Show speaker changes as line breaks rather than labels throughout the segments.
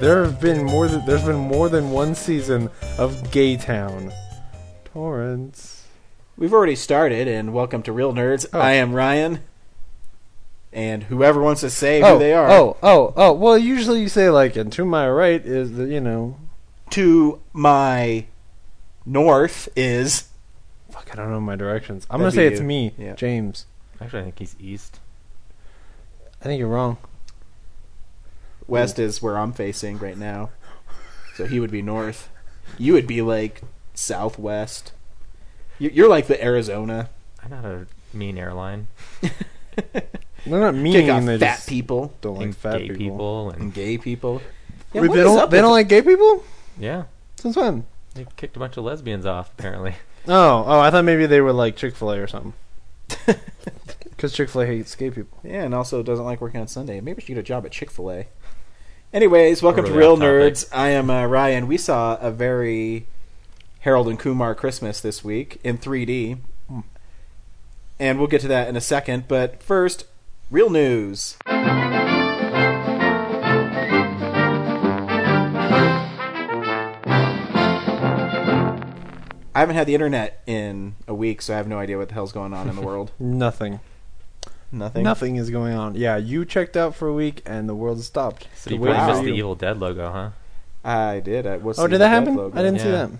There have been more than there's been more than one season of Gaytown. Torrance.
We've already started, and welcome to Real Nerds.
Oh.
I am Ryan, and whoever wants to say
oh,
who they are.
Oh, oh, oh. Well, usually you say like, and to my right is the you know.
To my north is
Fuck, I don't know my directions. I'm
That'd
gonna say
be
it's
you.
me,
Yeah.
James.
Actually, I think he's east.
I think you're wrong.
west is where I'm facing right now, so he would be north. You would be like southwest. You- You're like the Arizona.
I'm not a mean airline.
They're not
Kick
mean.
off
They
fat
just
people
don't like
and
fat
gay
people. Mm.
people.
and
and
gay people. Yeah,
Wait,
what
they
is
don't.
up
They
with
don't like gay people.
yeah,
Since when?
they kicked a bunch of lesbians off apparently.
Oh, oh. I thought maybe they were like Chick Fil A or something. Because Chick Fil A hates gay people.
Yeah, and also doesn't like working on Sunday. Maybe she should get a job at Chick Fil A. Anyways, welcome to
really
Real
off topic.
Nerds. I am uh, Ryan. We saw a very Harold and Kumar Christmas this week in 3D, and we'll get to that in a second. But first, real news. I haven't had the internet in a week, so I have no idea what the hell's going on in the world.
Nothing.
Nothing.
Nothing is going on. Yeah, you checked out for a week and the world stopped.
So
to
you
wait
probably
Wow.
for
missed the
you.
Evil Dead logo, huh?
I did. I was
Oh,
the
did that
Dead
happen?
logo.
I didn't see
Yeah.
that.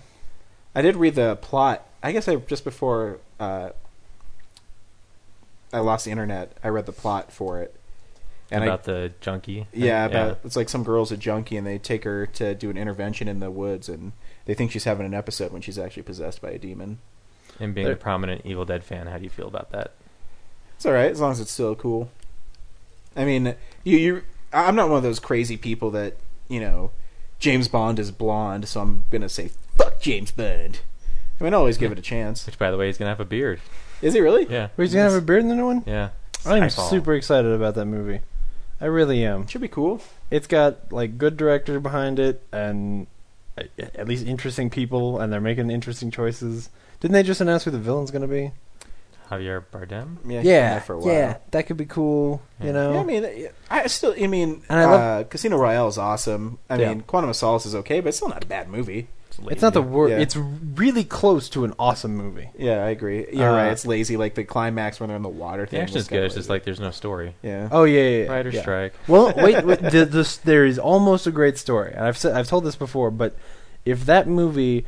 I did read the plot. I guess I just before uh, I lost the internet, I read the plot for it. And
about the junkie.
I,
thing?
yeah, about it's like some girl's a junkie and they take her to do an intervention in the woods and they think she's having an episode when she's actually possessed by a demon.
And being
There-
a prominent Evil Dead fan, how do you feel about that?
It's all right as long as it's still cool. I mean, you you I- I'm not one of those crazy people that, you know, James Bond is blonde, so I'm going to say fuck James Bond. I mean, I always give it a chance.
Which, by the way, he's gonna have a beard.
Is he really?
Yeah,
Wait, he's gonna have a beard in the new one.
yeah.
I'm
Skyfall.
super excited about that movie. I really am.
Should be cool.
It's got like good director behind it, and uh, at least interesting people, and they're making interesting choices. Didn't they just announce who the villain's gonna be?
Javier Bardem.
Yeah, he's been
Yeah,
there for a while.
yeah, that could be cool. You
Yeah.
know,
Yeah, I mean, I still, I mean,
And I
uh,
love-
Casino Royale is awesome. I
Yeah.
mean, Quantum of Solace is okay, but it's still not a bad movie.
lazy.
it's not the worst.
Yeah.
It's really close to an awesome movie.
Yeah, I agree. You're
Uh,
right. It's lazy. Like the climax when they're in the water.
The
thing was
action's
kinda
good. It's just
lazy.
like there's no story.
yeah.
Oh yeah, yeah, yeah.
Rider
yeah.
strike.
Well, wait, wait the, this, there is almost a great story, and I've said I've told this before, but if that movie,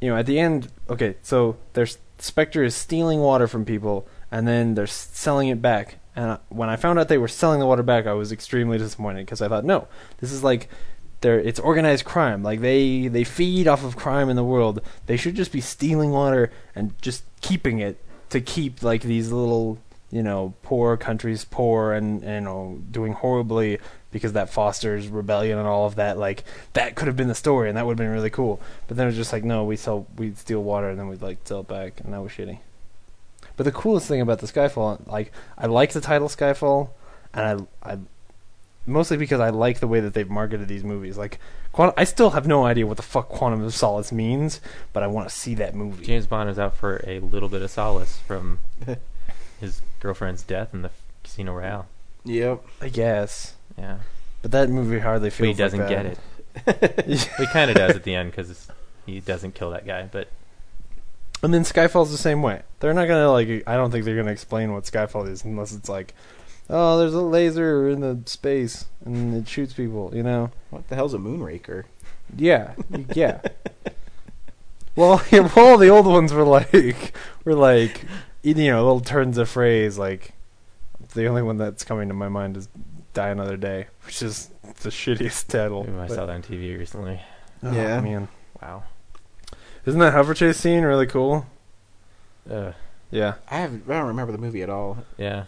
you know, at the end, okay, so there's Spectre is stealing water from people, and then they're s- selling it back. And I, when I found out they were selling the water back, I was extremely disappointed because I thought, no, this is like, they're, it's organized crime. Like they they feed off of crime in the world. They should just be stealing water and just keeping it to keep like these little you know poor countries poor and you know doing horribly because that fosters rebellion and all of that like that could have been the story and that would have been really cool but then it was just like no we sell we steal water and then we like sell it back and that was shitty but the coolest thing about the skyfall like i like the title skyfall and i i mostly because i like the way that they've marketed these movies like quantum, i still have no idea what the fuck quantum of solace means but i want to see that movie
James Bond is out for a little bit of solace from his girlfriend's death in the Casino Royale.
Yep.
i guess
Yeah,
but that movie hardly feels
but he doesn't
like that.
get it. Well, he kind of does at the end because he doesn't kill that guy, but
And then Skyfall's the same way. They're not gonna like. I don't think they're gonna explain what Skyfall is unless it's like, oh, there's a laser in the space and it shoots people. You know?
What the hell's a Moonraker?
Yeah, yeah. well, yeah, all the old ones were like, were like, you know, little turns of phrase. Like, the only one that's coming to my mind is "Die Another Day," which is the shittiest title.
Ooh, I
But-
saw that on TV recently.
oh,
Yeah.
man,
Wow.
isn't that hover chase scene really cool?
Uh,
Yeah.
I have. I don't remember the movie at all.
yeah,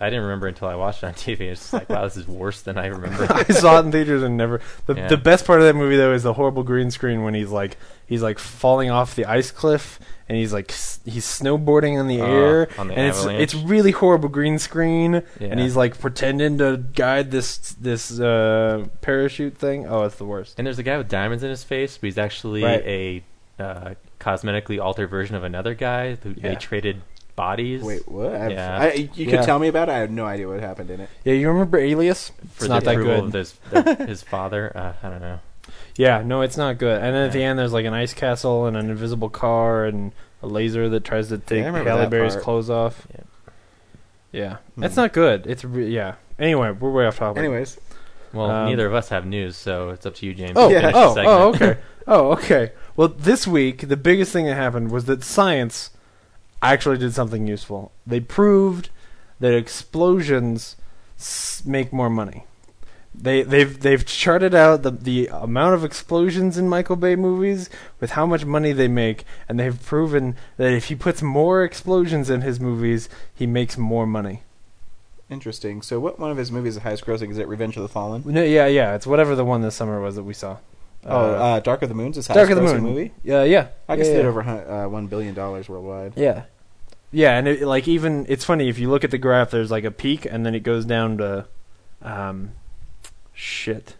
I didn't remember until I watched it on TV. It's just like, wow, this is worse than I remember.
I saw it in theaters and never. The,
Yeah.
the best part of that movie though is the horrible green screen when he's like he's like falling off the ice cliff and he's like s- he's snowboarding in the
Uh,
air
on the
and
avalanche.
it's it's really horrible green screen
Yeah.
and he's like pretending to guide this this uh, parachute thing. Oh, it's the worst.
and there's a guy with diamonds in his face, but he's actually
Right.
a uh, cosmetically altered version of another guy who they
Yeah.
traded bodies.
Wait, what? I've-
Yeah.
I, you could
Yeah.
tell me about it. I have no idea what happened in it.
Yeah, you remember Alias?
for
It's
the
not that
approval
good.
Of his, the, his father. Uh, I don't know.
Yeah, no, it's not good. And then at the
Yeah.
end, there's like an ice castle and an invisible car and a laser that tries to take
remember
Halle
that
Berry's
part.
clothes off.
Yeah.
Yeah,
Hmm.
it's not good. It's re- yeah. Anyway, we're way off topic.
Anyways,
Well,
Um,
neither of us have news, so it's up to you, James.
Oh,
to
Yeah.
finish the
oh,
segment.
oh, okay. Oh, okay. Well, this week the biggest thing that happened was that science actually did something useful. They proved that explosions s- make more money. They they've they've charted out the the amount of explosions in Michael Bay movies with how much money they make, and they've proven that if he puts more explosions in his movies, he makes more money.
interesting. So, what one of his movies is the highest grossing? Is it Revenge of the Fallen?
No, yeah, yeah. It's whatever the one this summer was that we saw.
oh, uh, Dark of the Moon's his highest
Dark of the
grossing
Moon
movie.
Yeah, yeah.
I
yeah,
guess it
yeah.
did over hun- uh, one billion dollars worldwide.
Yeah. Yeah, and it, like even it's funny if you look at the graph. There's like a peak, and then it goes down to, um, shit.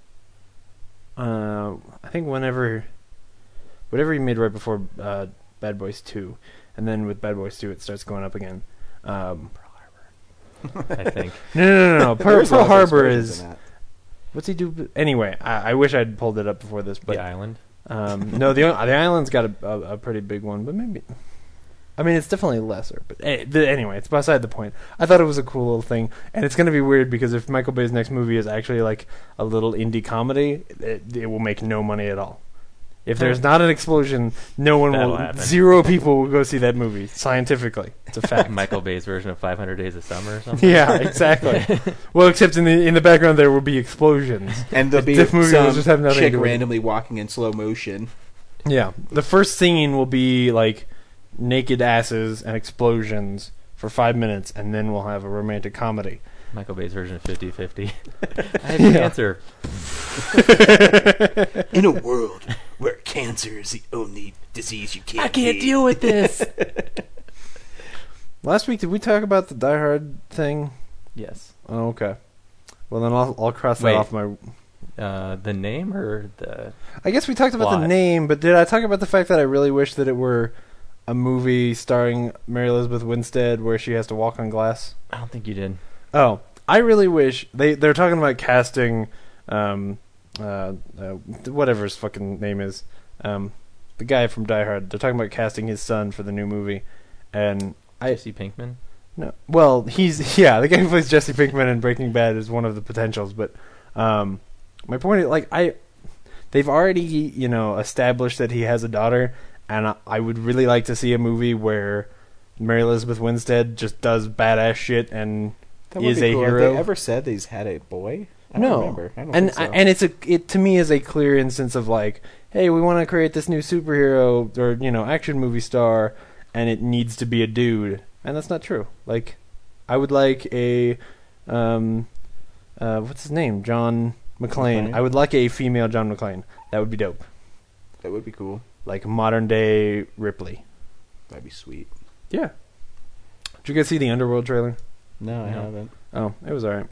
Uh, I think whenever, whatever he made right before uh, Bad Boys Two, and then with Bad Boys Two, it starts going up again. Um,
I think.
no, no, no, no. Pearl,
There's a lot
Pearl
of
Harbor
explosions
is
in that.
what's he do? Anyway, I, I wish I'd pulled it up before this, but
the island.
um, no, the the island's got a, a, a pretty big one, but maybe. I mean, it's definitely lesser, but eh, the, anyway, it's beside the point. I thought it was a cool little thing, and it's going to be weird because if Michael Bay's next movie is actually like a little indie comedy, it, it will make no money at all. If there's not an explosion, no one
That'll
will.
happen.
Zero people will go see that movie. Scientifically, it's a fact.
Michael Bay's version of 500 Days of Summer or something.
yeah, exactly. well, except in the in the background there will be explosions.
and there'll be
This movie will
some
just have nothing to
chick
do with it.
randomly walking in slow motion.
Yeah, the first scene will be like naked asses and explosions for five minutes, and then we'll have a romantic comedy.
Michael Bay's version of 50 50. I have
Yeah.
the answer.
In a world where cancer is the only disease you can't,
with this.
Last week, did we talk about the Die Hard thing?
yes.
Oh, okay. Well, then I'll I'll cross
Wait.
that off my.
Uh, the name or the.
I guess we talked about the
Plot.
name, but did I talk about the fact that I really wish that it were a movie starring Mary Elizabeth Winstead where she has to walk on glass?
I don't think you did.
Oh, I really wish they they're talking about casting, um, uh, uh whatever his fucking name is, um, the guy from Die Hard. They're talking about casting his son for the new movie, and I
Jesse Pinkman?
no, well he's yeah the guy who plays Jesse Pinkman in Breaking Bad is one of the potentials, but um, my point is like I, they've already you know established that he has a daughter, and I, I would really like to see a movie where. Mary Elizabeth Winstead just does badass shit and
That would
Is
be
a
cool. Have
hero.
they ever said that he's had a boy? I don't
no,
remember. I don't
and
think so.
I- and it's a it to me is a clear instance of like, hey, we want to create this new superhero or you know action movie star, and it needs to be a dude, and that's not true. Like, I would like a, um, uh, what's his name, John McClane.
McClane.
I would like a female John McClane. That would be dope.
that would be cool.
Like modern day Ripley.
That'd be sweet.
Yeah. Did you guys see the Underworld trailer?
No, I
No.
haven't.
Oh, it was alright.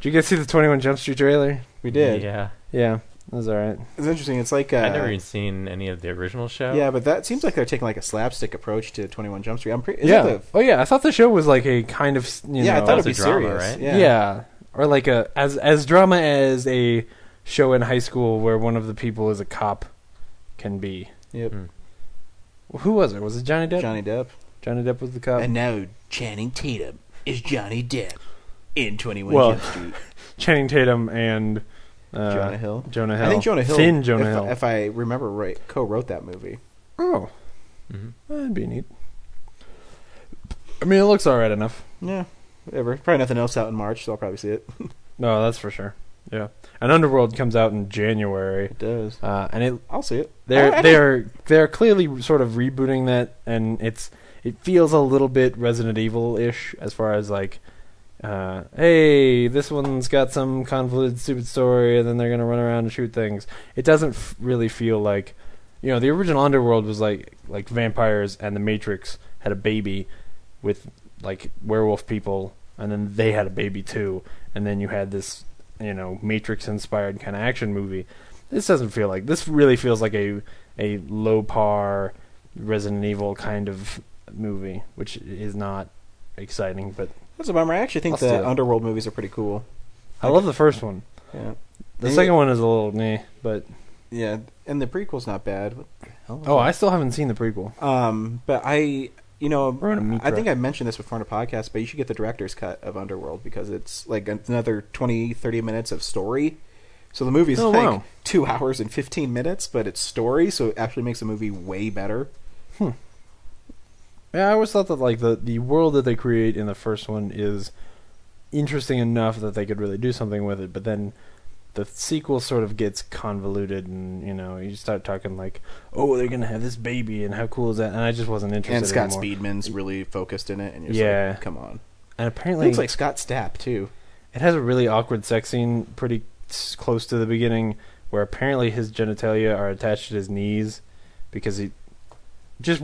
Did you guys see the Twenty One Jump Street trailer?
We did.
Yeah.
Yeah, it was alright.
It's interesting. It's like uh,
I've never even seen any of the original show.
yeah, but that seems like they're taking like a slapstick approach to Twenty One Jump Street. I'm pretty.
yeah.
The,
oh yeah, I thought the show was like a kind of you
yeah,
know,
I thought
it's
it'd be
a drama,
serious.
right?
yeah.
Yeah.
or like a as as drama as a show in high school where one of the people is a cop can be.
Yep.
Hmm.
Who was it? Was it Johnny Depp?
Johnny Depp.
Johnny Depp was the cop.
now Channing Tatum is Johnny Depp in Twenty
Well,
Street.
Channing Tatum and uh,
Jonah Hill.
Jonah Hill.
I think Jonah Hill.
Thin Jonah
if,
Hill.
If I remember right, co-wrote that movie.
oh,
Mhm.
that'd be neat. I mean, it looks all right enough.
Yeah. Whatever. Probably nothing else out in March, so I'll probably see it.
No, that's for sure. Yeah, and Underworld comes out in January,
It does.
uh, and it
I'll see it. I-
They're
I
they're they're clearly sort of rebooting that, and it's it feels a little bit Resident Evil ish as far as like, uh, hey, this one's got some convoluted stupid story, and then they're gonna run around and shoot things. It doesn't f- really feel like, you know, the original Underworld was like like vampires and the Matrix had a baby with like werewolf people, and then they had a baby too, and then you had this you know Matrix inspired kind of action movie. This doesn't feel like this. Really feels like a a low par Resident Evil kind of movie, which is not exciting, but
That's a bummer. I actually think
I'll
the
steal.
underworld movies are pretty cool.
I love the first one.
Yeah,
The
They-
second one is a little meh, but
yeah, and the prequel's not bad. What the hell was
oh, I
that?
still haven't seen the prequel.
Um, but I, you know,
We're on a meat
I think
truck.
I mentioned this before on a podcast, but you should get the director's cut of Underworld because it's like another 20, 30 minutes of story. So the movie's
Oh,
like
wow.
two hours and 15 minutes, but it's story, so it actually makes the movie way better.
Yeah, I always thought that like the the world that they create in the first one is interesting enough that they could really do something with it, but then the sequel sort of gets convoluted and you know you start talking like oh they're gonna have this baby and how cool is that and i just wasn't interested
and Scott
anymore.
Speedman's really focused in it, and you're just
Yeah.
like, come on.
and
It
apparently
looks like Scott Stapp, too.
It has a really awkward sex scene pretty s- close to the beginning where apparently his genitalia are attached to his knees because he just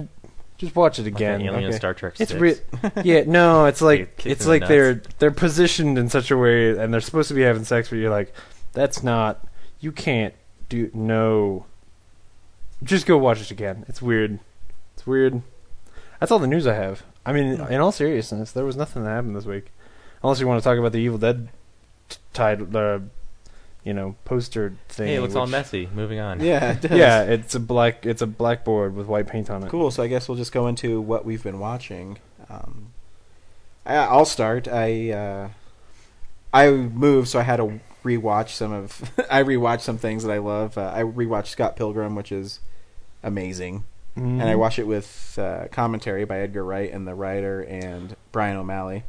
just watch it
Like that
again.
alien in
okay?
Star Trek.
It's
6.
real. yeah, no, it's
You
like
kick
it's
in the
like they're they're positioned in such a way and they're supposed to be having sex but you're like that's not you can't do no. Just go watch it again. It's weird. It's weird. That's all the news I have. I mean,
Hmm.
in all seriousness, there was nothing that happened this week, unless you want to talk about the Evil Dead t- title, uh, you know, poster thing.
Hey, it looks all
which-
messy. Moving on.
Yeah, it does.
Yeah, it's a black, it's a blackboard with white paint on it.
Cool. So I guess we'll just go into what we've been watching. Um, I, I'll start. I uh, I moved, so I had to rewatch some of. I rewatched some things that I love. Uh, I rewatched Scott Pilgrim, which is amazing,
Mhm.
and I watched it with uh, commentary by Edgar Wright and the writer and Brian O'Malley.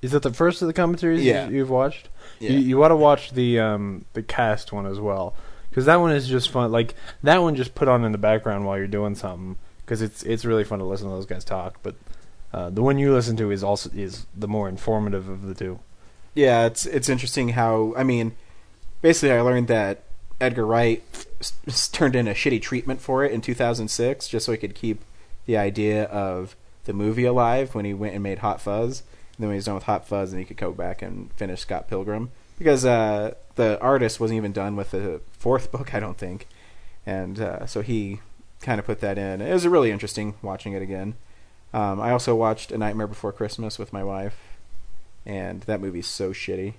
Is that the first of the commentaries
Yeah.
you, you've watched? You, you want to watch the um, the cast one as well, because that one is just fun. Like that one, just put on in the background while you're doing something, because it's it's really fun to listen to those guys talk. But uh, the one you listen to is also is the more informative of the two.
Yeah, it's it's interesting how I mean, basically, I learned that Edgar Wright s- s- turned in a shitty treatment for it in 2006 just so he could keep the idea of the movie alive when he went and made Hot Fuzz. And then when he was done with Hot Fuzz, then he could go back and finish Scott Pilgrim because uh, the artist wasn't even done with the fourth book, I don't think, and uh, so he kind of put that in. It was really interesting watching it again. Um, I also watched A Nightmare Before Christmas with my wife, and that movie's so shitty.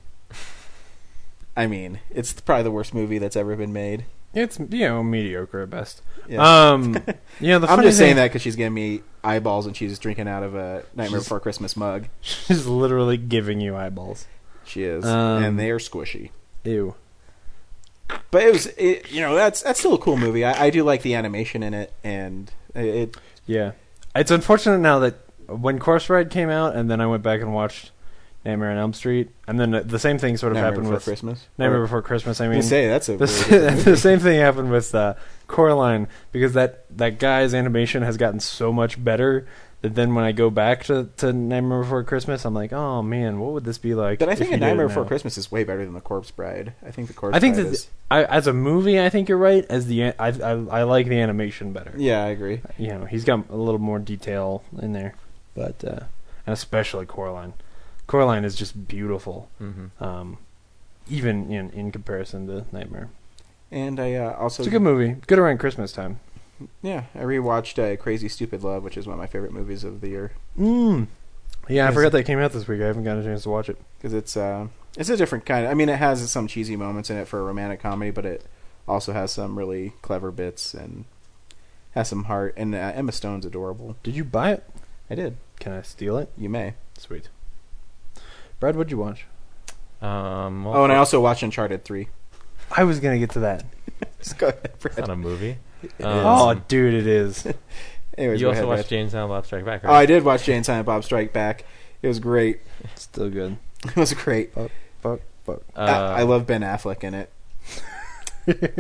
I mean, it's probably the worst movie that's ever been made.
It's you know mediocre at best.
Yeah.
Um, you know the
I'm
funny
just saying
thing-
that because she's giving me eyeballs and she's drinking out of a Nightmare
She's-
Before Christmas mug.
she's literally giving you eyeballs.
She is,
Um,
and they are squishy.
Ew.
But it was, it, you know, that's that's still a cool movie. I, I do like the animation in it, and it.
Yeah, it's unfortunate now that when Course Ride came out, and then I went back and watched Nightmare on Elm Street, and then the, the same thing sort of
Nightmare
happened
Before
with
Christmas.
Nightmare
Or-
Before Christmas. I
I
mean,
say that's a.
the,
really
s-
good movie.
the same thing happened with uh, Coraline because that that guy's animation has gotten so much better that then when I go back to to Nightmare Before Christmas, I'm like, oh man, what would this be like?
But I
if
think
you
A
did it
Nightmare Before
now?"
Christmas is way better than The Corpse Bride. I think The Corpse
I think
Bride
that
is.
I, as a movie, I think you're right. As the an- I I, I like the animation better.
Yeah, I agree.
You know, he's got a little more detail in there, but uh, and especially Coraline. Coraline is just beautiful,
hmm
um, even in in comparison to Nightmare.
And I uh, also
It's a good movie. Good around Christmas time.
Yeah, I rewatched uh, Crazy Stupid Love, which is one of my favorite movies of the year
Mm. Yeah, I
Yes.
forgot that came out this week. I haven't gotten a chance to watch it.
because it's uh, it's a different kind. I mean, it has some cheesy moments in it for a romantic comedy, but it also has some really clever bits and has some heart. And uh, Emma Stone's adorable.
Did you buy it?
I did.
Can I steal it?
You may.
Sweet. Brad, what'd you watch?
Um, well,
Oh, and I also watched Uncharted three.
I was gonna get to that.
Just go ahead,
it's not
Brad.
a movie.
oh, dude, it is.
Anyways,
Uh, you
go
also
ahead,
watched
Brad.
James and the Lob Strike Back,
Oh, I
right?
did watch Jane and Silent Bob Strike Back. It was great.
Still good.
It was great.
Fuck, fuck.
Uh,
I, I love Ben Affleck in it.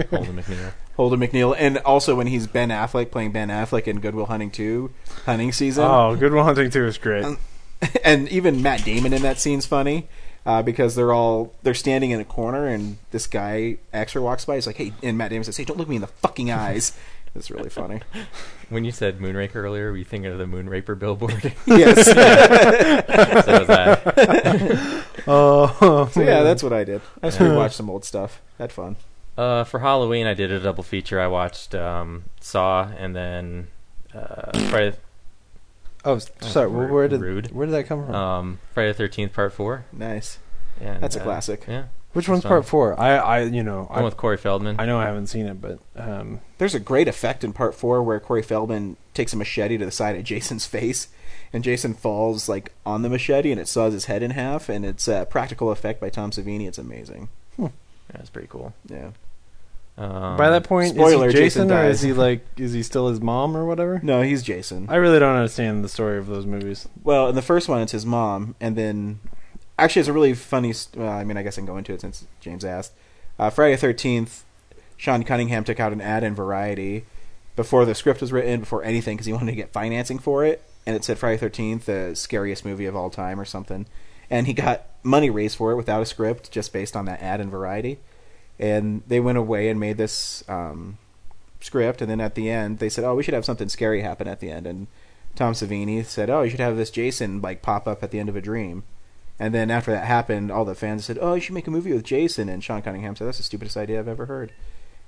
Holden McNeil.
Holden McNeil, and also when he's Ben Affleck playing Ben Affleck in Goodwill Hunting Two, hunting season.
Oh, Good Will Hunting Two is great.
Um, and even Matt Damon in that scene's funny uh, because they're all they're standing in a corner and this guy Axer walks by. He's like, "Hey," and Matt Damon says, "Hey, don't look me in the fucking eyes." It's really funny.
When you said Moonraker earlier, were you thinking of the Moonraker billboard?
yes.
so was I.
Oh,
so yeah, that's what I did. I just
Yeah.
rewatched some old stuff. Had fun.
Uh, for Halloween, I did a double feature. I watched um, Saw and then uh, Friday.
Oh, s- sorry.
rude-
where did
rude.
where did that come from?
Um, Friday the Thirteenth Part Four.
Nice.
And,
That's a
uh,
classic.
Yeah,
Which one's
so-
part four? I I you know
one
I,
with Corey Feldman.
I know I haven't seen it, but um,
There's a great effect in part four where Corey Feldman takes a machete to the side of Jason's face, and Jason falls like on the machete, and it saws his head in half, and it's a practical effect by Tom Savini. It's amazing.
That was pretty cool.
Yeah.
Um,
by that point,
spoiler,
is he Jason,
Jason
or
dies.
is he like is he still his mom or whatever?
No, he's Jason.
I really don't understand the story of those movies.
Well, in the first one, it's his mom, and then actually, it's a really funny. st- Well, I mean, I guess I can go into it since James asked. Uh, Friday Thirteenth, Sean Cunningham took out an ad in Variety before the script was written, before anything, because he wanted to get financing for it, and it said Friday Thirteenth, the scariest movie of all time, or something, and he got money raised for it without a script, just based on that ad in Variety, and they went away and made this um, script, and then at the end they said, "Oh, we should have something scary happen at the end." And Tom Savini said, "Oh, you should have this Jason like pop up at the end of a dream." And then after that happened, all the fans said, "Oh, you should make a movie with Jason." And Sean Cunningham said, "That's the stupidest idea I've ever heard."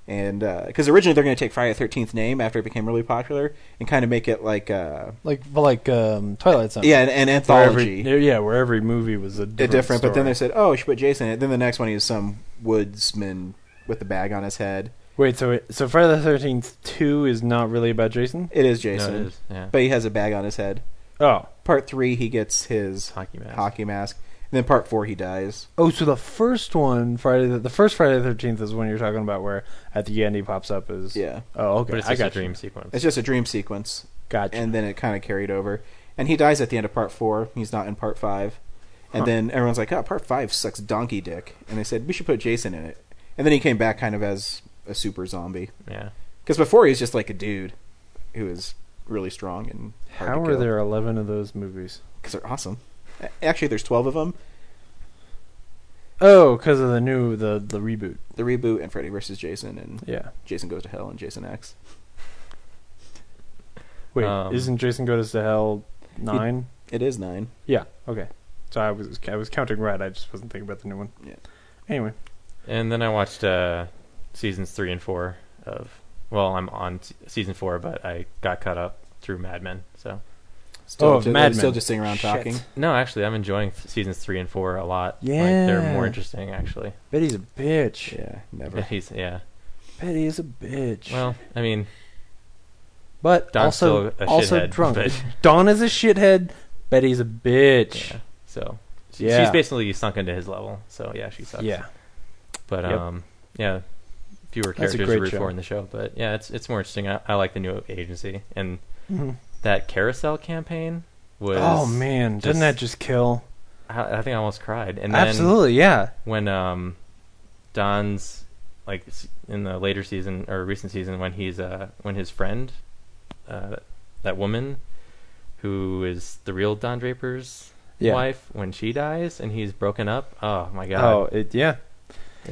And because originally they're going to take Friday the Thirteenth name after it became really popular and kind of make it like uh,
Like like um, Twilight Zone.
yeah an, an
Where
anthology.
every, yeah, where every movie was a
They're
different.
different, but then
story.
they said, "Oh, you should put Jason." in it." Then the next one he was some woodsman with a bag on his head.
Wait, so it, so Friday the Thirteenth Two is not really about Jason?
It is
No, it
Jason,
is, yeah.
but he has a bag on his head.
Oh,
Part three, he gets his
Hockey mask.
hockey mask, and then part four, he dies.
oh, so the first one Friday, the, the first Friday the Thirteenth is one you're talking about, where at the end he pops up as
Yeah,
Oh, okay,
But it's
I
just
got
a dream
You.
sequence.
it's just a dream sequence,
Gotcha.
and then it kind of carried over. And he dies at the end of part four. He's not in part five. And
Huh.
then everyone's like, "Oh, part five sucks donkey dick." And they said we should put Jason in it. And then he came back kind of as a super zombie
yeah.
because before he was just like a dude who was really strong and hard
How
to
are there eleven of those movies?
Because they're awesome. A- Actually, there's twelve of them.
Oh, because of the new the the reboot.
The reboot and Freddy versus Jason and
Yeah.
Jason Goes to Hell and Jason X.
Wait,
Um,
isn't Jason Goes to Hell nine?
It is nine.
yeah. Okay. So I was I was counting right. I just wasn't thinking about the new one.
Yeah.
Anyway,
And then I watched uh, seasons three and four of. Well, I'm on se- season four, but I got caught up through Mad Men. So
Still,
Oh,
ju-
Mad
still
Men.
just sitting around
Shit.
talking.
no, actually, I'm enjoying th- seasons three and four a lot. like, they're more
Yeah.
interesting actually.
Betty's a bitch.
Yeah, never.
He's- yeah.
Betty is a bitch.
Well, I mean,
but
Don's
also
still a
also
shithead,
drunk.
but-
Don is a shithead. Betty's a bitch.
yeah. So she-
Yeah.
she's basically sunk into his level. So yeah, she sucks.
Yeah.
But
Yep.
um, yeah, fewer
That's a
characters
great
to root
show.
for in the show. But yeah, it's it's more interesting. I, I like the new agency and
Mhm.
that carousel campaign was.
Oh man, doesn't
just-
that just kill?
I, I think I almost cried. And then
Absolutely, yeah.
when um, Don's like s- in the later season or recent season when he's uh when his friend, uh, that woman, who is the real Don Draper's
Yeah.
wife, when she dies and he's broken up. Oh my god.
Oh, it yeah.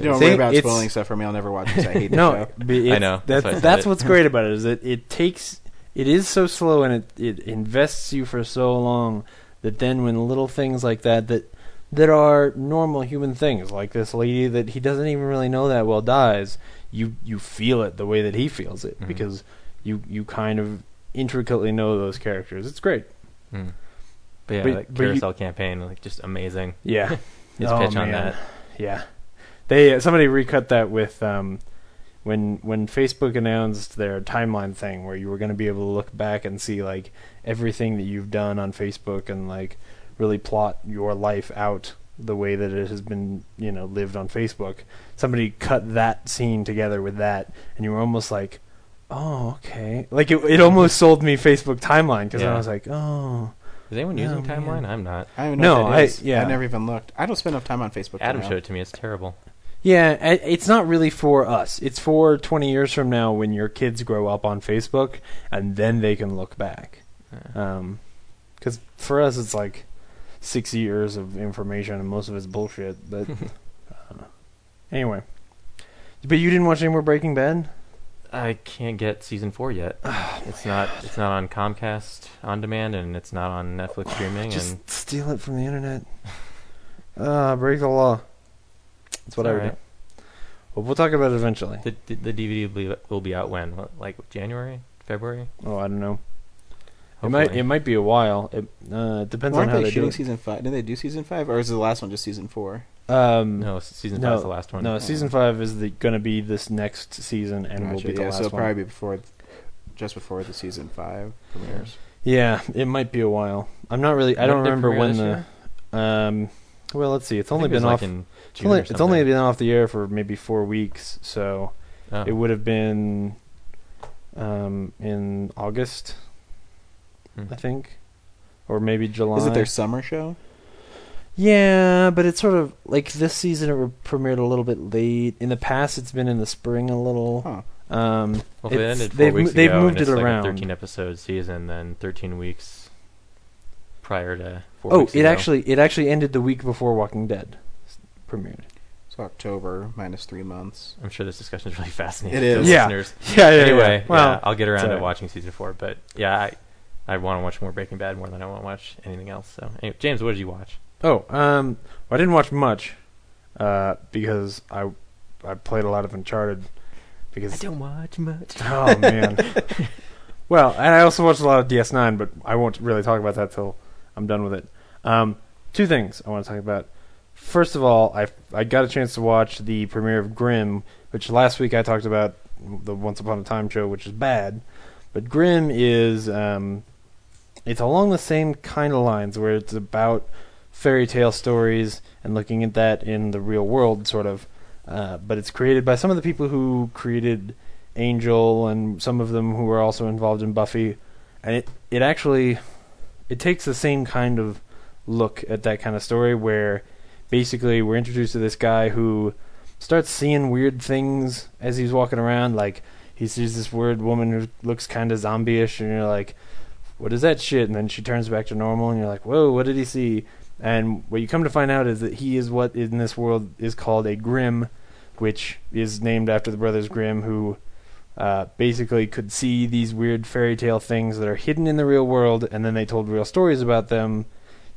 Don't
See,
worry about
it's-
spoiling stuff for me. I'll never watch this. I hate the
No,
show.
be-
I
it's-
know, that's
That's
why I
that's,
said it.
what's great about it is that it takes it is so slow and it it invests you for so long that then when little things like that that that are normal human things like this lady that he doesn't even really know that well dies, you you feel it the way that he feels it
Mhm.
because you you kind of intricately know those characters. It's great.
Mm. But yeah,
Hmm. But-
that
but you-
carousel campaign, like just amazing.
Yeah.
His
Oh,
pitch on
man.
that.
Yeah, they uh, somebody recut that with um, when when Facebook announced their timeline thing, where you were going to be able to look back and see like everything that you've done on Facebook and like really plot your life out the way that it has been you know lived on Facebook. Somebody cut that scene together with that, and you were almost like. Oh, okay. Like it, it almost sold me Facebook timeline because
Yeah.
I was like, oh,
Is anyone
Oh,
using
man.
Timeline? I'm not.
I don't even know
No,
what that
I-
is.
yeah.
I never even looked. I don't spend enough time on Facebook.
Adam
right now.
showed it to me. It's terrible.
Yeah, i- it's not really for us. It's for 20 years from now when your kids grow up on Facebook and then they can look back.
Uh,
Because for us, it's like six years of information and most of it's bullshit. But uh, anyway. But you didn't watch any more Breaking Bad?
I can't get season four yet. it's not. It's not on Comcast on demand, and it's not on Netflix streaming. and
Just steal it from the internet. Uh, break the law. That's what I would
Alright.
do. Well, we'll talk about it eventually.
the the the DVD will be, will be out when? Like January, February?
Oh, I don't know. It might
Hopefully.
it might be a while. It uh, it depends on
Aren't
how
they
they do
shooting
it.
season five? Did they do season five, or is the last one just season four?
Um,
No, s- season
No,
five is the last one.
no, season five is the, gonna be this next season and will
Gotcha,
be the
yeah,
last
so it'll
one.
probably be before, th- just before the season five premieres.
Yeah, it might be a while. I'm not really. I
When
don't
did it
remember
premiere
when
this
the.
year?
Um, well, let's see. It's
I
only
think it was,
been
like,
off.
in
It's
June
only,
or
it's only
something.
been off the air for maybe four weeks, so
Oh.
it would have been um, in August,
Hmm.
I think, or maybe July.
Is it their summer show?
Yeah, but it's sort of like this season it premiered a little bit late. In the past, it's been in the spring a little.
Huh.
Um,
Oh, Well, if it
it's-
ended four
they've mo-
weeks
they've
ago,
moved
and
it
it's like
around.
a thirteen episode season, then thirteen weeks prior to four
oh,
weeks
it
ago.
actually it actually ended the week before Walking Dead s- premiered.
It's October minus three months.
I'm sure this discussion is really fascinating.
It is.
for
Yeah.
Listeners.
Yeah. yeah
anyway, yeah,
well,
I'll get around
it's
to
alright.
watching season four, but yeah, I I want to watch more Breaking Bad more than I want to watch anything else. So, anyway, James, what did you watch?
Oh, um, well, I didn't watch much, uh, because I I played a lot of Uncharted. Because
don't watch much.
oh man, well, and I also watched a lot of DS9, but I won't really talk about that till I'm done with it. Um, two things I want to talk about. First of all, I I got a chance to watch the premiere of Grimm, which last week I talked about the Once Upon a Time show, which is bad, but Grimm is um, it's along the same kind of lines where it's about fairy tale stories and looking at that in the real world, sort of. Uh, but it's created by some of the people who created Angel and some of them who are also involved in Buffy, and it it actually it takes the same kind of look at that kind of story where basically we're introduced to this guy who starts seeing weird things as he's walking around like he sees this weird woman who looks kind of zombie-ish and you're like what is that shit and then she turns back to normal and you're like whoa what did he see and what you come to find out is that he is what in this world is called a grim which is named after the brothers grimm who uh, basically could see these weird fairy tale things that are hidden in the real world and then they told real stories about them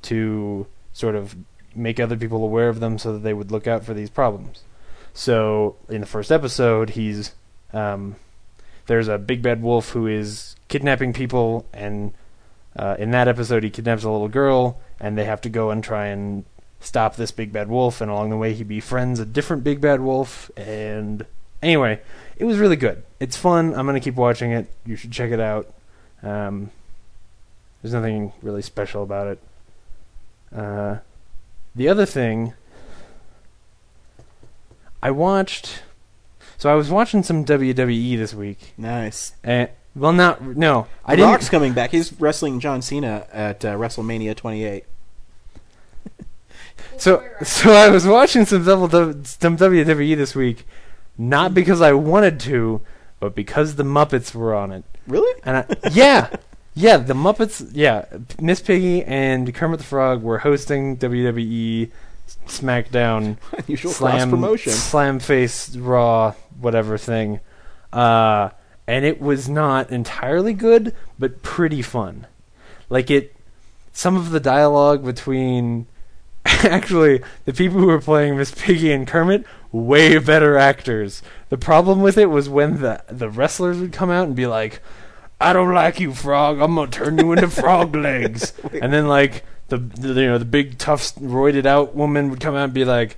to sort of make other people aware of them so that they would look out for these problems. So in the first episode, he's um, there's a big bad wolf who is kidnapping people, and uh, in that episode, he kidnaps a little girl, and they have to go and try and stop this big bad wolf. And along the way, he befriends a different big bad wolf. And anyway, it was really good. It's fun. I'm gonna keep watching it. You should check it out. Um, there's nothing really special about it. Uh, the other thing, I watched. So I was watching some WWE this week,
Nice.
and well, not no, I
The
didn't.
Rock's coming back. He's wrestling John Cena at uh, WrestleMania 28.
So so I was watching some double W- some WWE this week, not because I wanted to, but because the Muppets were on it,
Really?
and I, yeah. Yeah, the Muppets. Yeah, Miss Piggy and Kermit the Frog were hosting WWE SmackDown.
Unusual cross promotion.
Slam face raw whatever thing. Uh and it was not entirely good, but pretty fun. Like it some of the dialogue between actually the people who were playing Miss Piggy and Kermit way better actors. The problem with it was when the the wrestlers would come out and be like, "I don't like you, Frog. I'm gonna turn you into frog legs," and then like the, the you know the big tough roided out woman would come out and be like.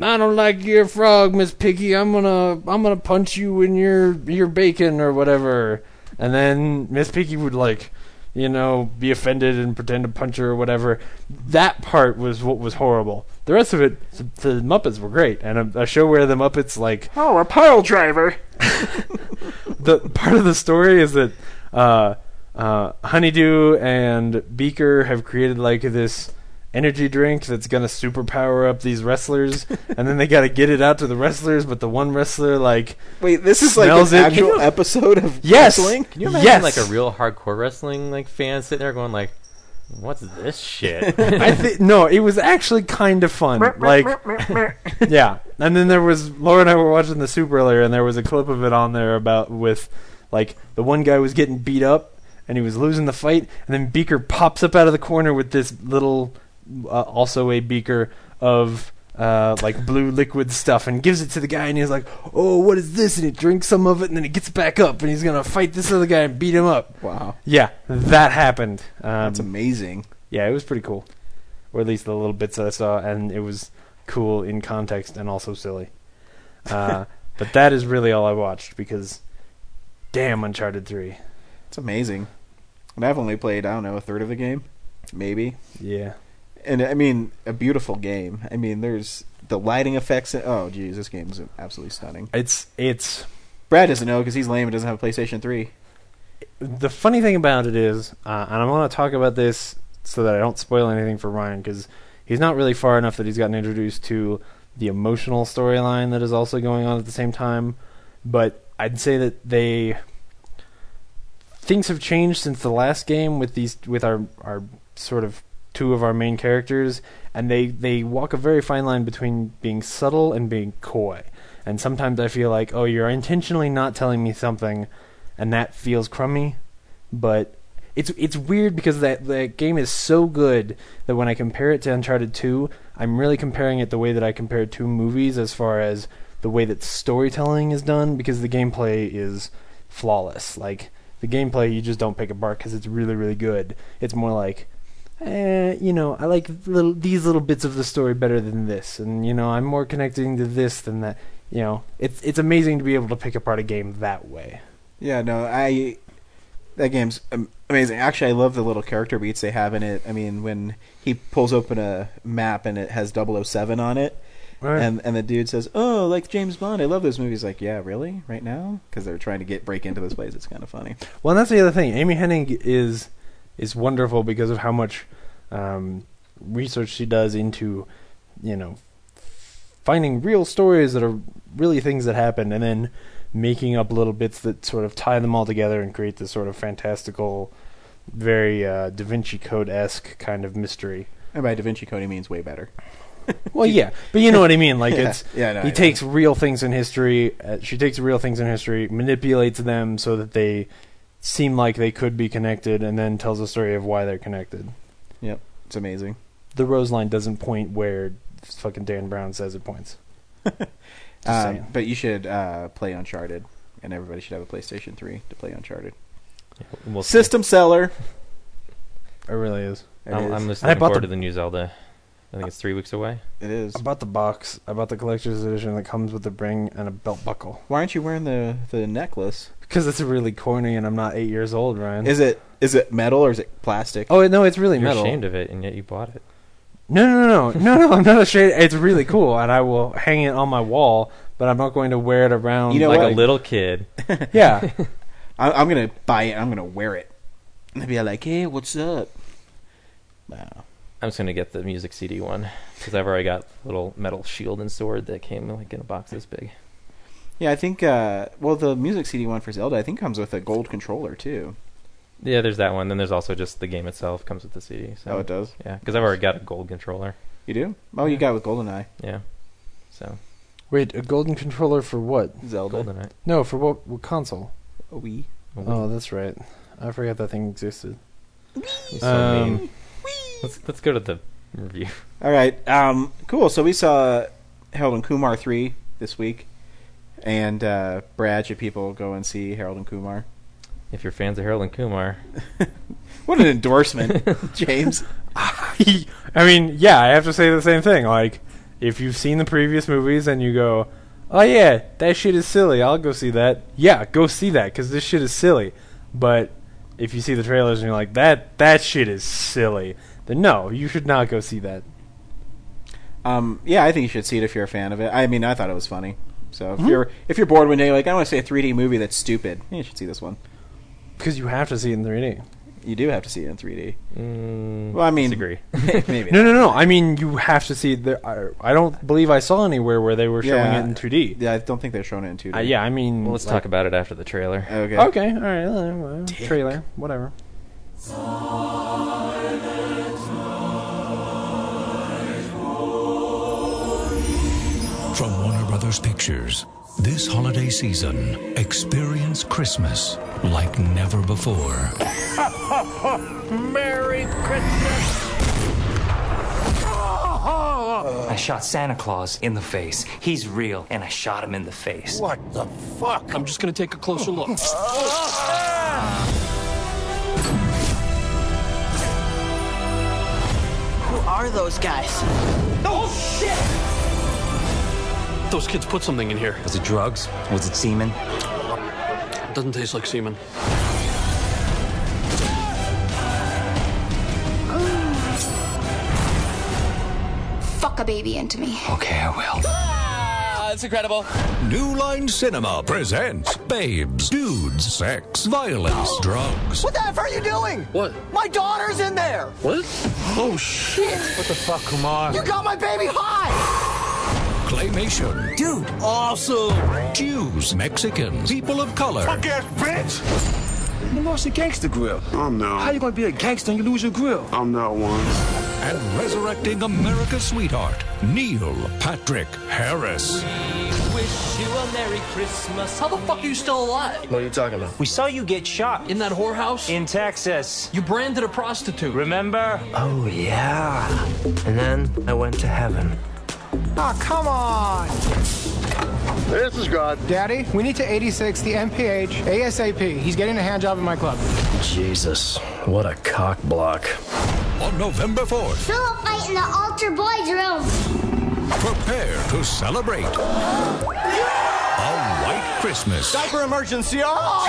I don't like your frog, Miss Piggy. I'm gonna, I'm gonna punch you in your your bacon or whatever. And then Miss Piggy would like, you know, be offended and pretend to punch her or whatever. That part was what was horrible. The rest of it, the, the Muppets were great, and a, a show where the Muppets like
Oh, a pile driver.
the part of the story is that uh, uh, Honeydew and Beaker have created like this energy drink that's gonna superpower up these wrestlers, and then they gotta get it out to the wrestlers. But the one wrestler like
Wait, this is like
Smells
an
it.
actual episode of
Yes!
wrestling?
Can you imagine
Yes!
like a real hardcore wrestling like fan sitting there going like, "What's this shit?"
I thi- no, it was actually kind of fun. like, yeah. And then there was Laura and I were watching the soup earlier, and there was a clip of it on there about with like the one guy was getting beat up and he was losing the fight, and then Beaker pops up out of the corner with this little, uh, also a beaker of uh, like blue liquid stuff and gives it to the guy and he's like, "Oh, what is this?" and he drinks some of it and then he gets back up and he's gonna fight this other guy and beat him up.
Wow,
Yeah, that happened. Um,
that's amazing.
yeah, it was pretty cool, or at least the little bits that I saw, and it was cool in context and also silly. Uh, but that is really all I watched because, damn, Uncharted Three.
It's amazing. And I've only played I don't know a third of the game, maybe.
Yeah,
And I mean, a beautiful game. I mean, there's the lighting effects. In, oh, geez, this game is absolutely stunning.
it's it's
Brad doesn't know because he's lame and doesn't have a PlayStation Three.
the funny thing about it is, uh, and I'm going to talk about this so that I don't spoil anything for Ryan because he's not really far enough that he's gotten introduced to the emotional storyline that is also going on at the same time. But I'd say that they things have changed since the last game with these with our our sort of two of our main characters, and they they walk a very fine line between being subtle and being coy. And sometimes I feel like, oh, you're intentionally not telling me something and that feels crummy. But it's it's weird because that that game is so good that when I compare it to Uncharted Two, I'm really comparing it the way that I compare two movies as far as the way that storytelling is done because the gameplay is flawless. Like the gameplay, you just don't pick apart because it's really really good. It's more like Eh, you know, I like little these little bits of the story better than this, and you know, I'm more connecting to this than that. You know, it's it's amazing to be able to pick apart a game that way.
Yeah, no, I that game's am- amazing. Actually, I love the little character beats they have in it. I mean, when he pulls open a map and it has 007 on it, and and the dude says, "Oh, like James Bond, I love those movies." Like, yeah, really, right now, because they're trying to get break into this place. It's kind of funny.
Well, and that's the other thing. Amy Hennig is is wonderful because of how much um, research she does into, you know, finding real stories that are really things that happened, and then making up little bits that sort of tie them all together and create this sort of fantastical, very uh, Da Vinci Code esque kind of mystery.
And by Da Vinci Code, he means way better.
Well, yeah, but you know what I mean. Like
Yeah,
it's
yeah, no, I
he
know.
takes real things in history. Uh, she takes real things in history, manipulates them so that they seem like they could be connected, and then tells a story of why they're connected.
It's amazing.
The rose line doesn't point where fucking Dan Brown says it points. Just
Um,
saying.
but you should uh, play Uncharted, and everybody should have a PlayStation Three to play Uncharted.
We'll see.
System seller.
It really is.
There it
I'm,
is.
I'm just
And I
looking
bought
forward
the-
to the new Zelda. I think it's three weeks away.
It is.
I bought the box. I bought the collector's edition that comes with the ring and a belt buckle
Why aren't you wearing the the necklace?
because it's really corny, and I'm not eight years old, Ryan.
Is it is it metal or is it plastic?
oh no, it's really
You're
metal.
ashamed of it, and yet you bought it.
No, no, no, no, no. I'm not ashamed. It's really cool, and I will hang it on my wall. But I'm not going to wear it around.
You know
like
like
what?
a little kid.
a- yeah.
I, I'm gonna buy it. I'm gonna wear it. And be like, hey, what's up? Wow.
I'm just gonna get the music CD one because I've already got little metal shield and sword that came like in a box this big.
Yeah, I think. Uh, well, the music CD one for Zelda, I think, comes with a gold controller too.
Yeah, there's that one. Then there's also just the game itself comes with the CD. So
Oh, it does.
yeah, because I've already got a gold controller.
You do? Oh, you
Yeah.
got it with GoldenEye,
Yeah, so
Wait, a golden controller for what?
Zelda,
GoldenEye.
No, for what, what console?
a Wii.
Oh, that's right. I forgot that thing existed.
He's so
um,
mean. Let's let's go to the review.
All right. Um, cool. So we saw Harold and Kumar three this week, and uh, Brad, should people go and see Harold and Kumar?
If you're fans of Harold and Kumar,
What an endorsement, James.
I mean, yeah, I have to say the same thing. Like, if you've seen the previous movies and you go, "Oh yeah, that shit is silly," I'll go see that. Yeah, go see that because this shit is silly. But if you see the trailers and you're like, "That that shit is silly," then no, you should not go see that.
Um, yeah, I think you should see it if you're a fan of it. I mean, I thought it was funny. So if
Hmm?
you're if you're bored one day, you're like I want to see a 3D movie that's stupid, yeah, you should see this one.
Because you have to see it in 3D.
You do have to see it in 3D.
mm,
Well, I mean,
disagree.
maybe.
No, no, no. I mean, you have to see it. There, I, I don't believe I saw anywhere where they were showing
Yeah.
it in 2D.
Yeah, I don't think they're showing it in 2D.
Uh, yeah, I mean.
Well, let's
like-
talk about it after the trailer.
Okay.
Okay, all right. uh, well, trailer, whatever.
From Warner Brothers Pictures, this holiday season, experience Christmas like never before. Merry Christmas!
I shot Santa Claus in the face. He's real, and I shot him in the face.
What the fuck?
I'm just gonna take a closer look.
Who are those guys?
Those kids put something in here.
Was it drugs? Was it semen?
Doesn't taste like semen.
fuck a baby into me.
Okay, I will.
Ah, That's incredible.
New Line Cinema presents Babes, Dudes, Sex, Violence, Drugs.
What the F are you doing?
What?
My daughter's in there!
What? Oh shit!
What the fuck, Kumar? You got my baby high!
Claymation.
Dude, awesome!
Jews, Mexicans, people of color. Fuck ass Oh, bitch! You lost your gangster grill. I'm no. How you gonna be a gangster and you lose your grill? I'm not one. And resurrecting America's sweetheart, Neil Patrick Harris.
How the fuck are you still alive?
What are you talking about?
We saw you get shot
In that whorehouse?
in Texas.
you branded a prostitute.
Remember? Oh, yeah. And then I went to heaven.
Aw, come on!
This is God.
Daddy, we need to 86 the MPH ASAP. He's getting a hand job in my club.
Jesus, what a cock block.
On November 4th,
Throw a fight in the altar boys room.
prepare to celebrate. A white Christmas.
Diaper emergency! Oh!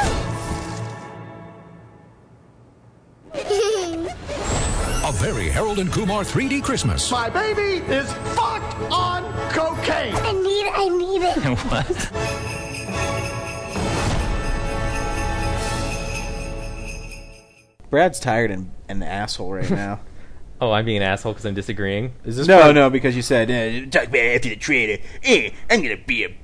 A very Harold and Kumar 3D Christmas.
My baby is fucked on cocaine!
I need it. I need it.
Brad's tired and an asshole right now.
Oh, I'm being an asshole because I'm disagreeing.
Is this
no,
part-
no, because you said, eh, talk about after the trailer. Eh, I'm gonna be a.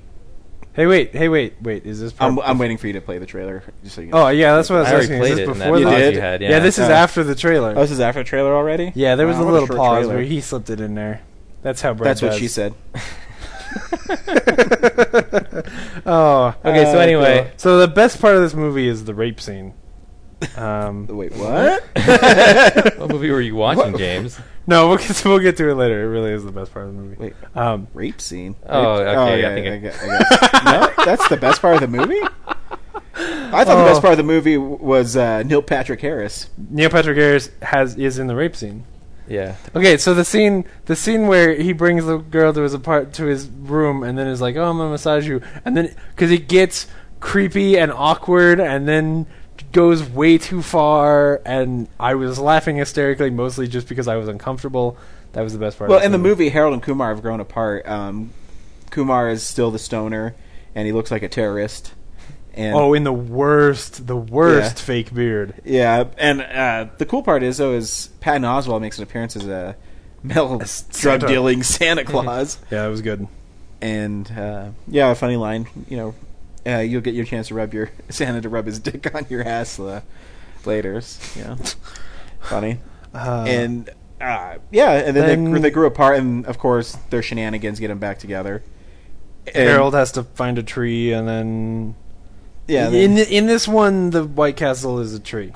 Hey, wait, hey, wait, wait. Is this? Part-
I'm, I'm waiting for you to play the trailer. Just so you know.
oh yeah, that's what I was
I already
asking.
played
is this
it in that
before the-
pause You did?
yeah,
you
had,
this is
yeah.
after the trailer.
Oh, this is after the trailer already?
yeah, there was
Wow,
a
what
little
short
pause
trailer.
where he slipped it in there. That's how Brad
That's what
does.
she said.
Oh,
Okay, so
uh,
anyway.
cool. so the best part of this movie is the rape scene. Um,
Wait, what?
What movie were you watching, James?
no, we'll get we'll get to it later. It really is the best part of the movie.
Wait,
Um,
rape scene?
Oh,
Rape-
okay, I think I-
got- got- no, that's the best part of the movie? I thought
Oh.
the best part of the movie w- was uh, Neil Patrick Harris.
Neil Patrick Harris has is in the rape scene.
Yeah.
Okay, so the scene the scene where he brings the girl to his apart to his room and then is like, "Oh, I'm gonna massage you," and then because it gets creepy and awkward and then goes way too far, and I was laughing hysterically mostly just because I was uncomfortable. That was the best part.
Well,
of
in the movie, Harold and Kumar have grown apart. Um, Kumar is still the stoner, and he looks like a terrorist. And
Oh, in the worst, the worst
Yeah.
fake beard.
Yeah, and uh, the cool part is though is Patton Oswald makes an appearance as a male drug dealing Santa Claus,
Yeah, that was good.
and uh, yeah, a funny line. You know, uh, you'll get your chance to rub your Santa to rub his dick on your ass uh, later. s- You know, funny. and uh, yeah, and then, they,
Uh, then-
gr- they grew apart, and of course their shenanigans get them back together. And-
Harold has to find a tree, and then
yeah, they-
in in this one, the White Castle is a tree,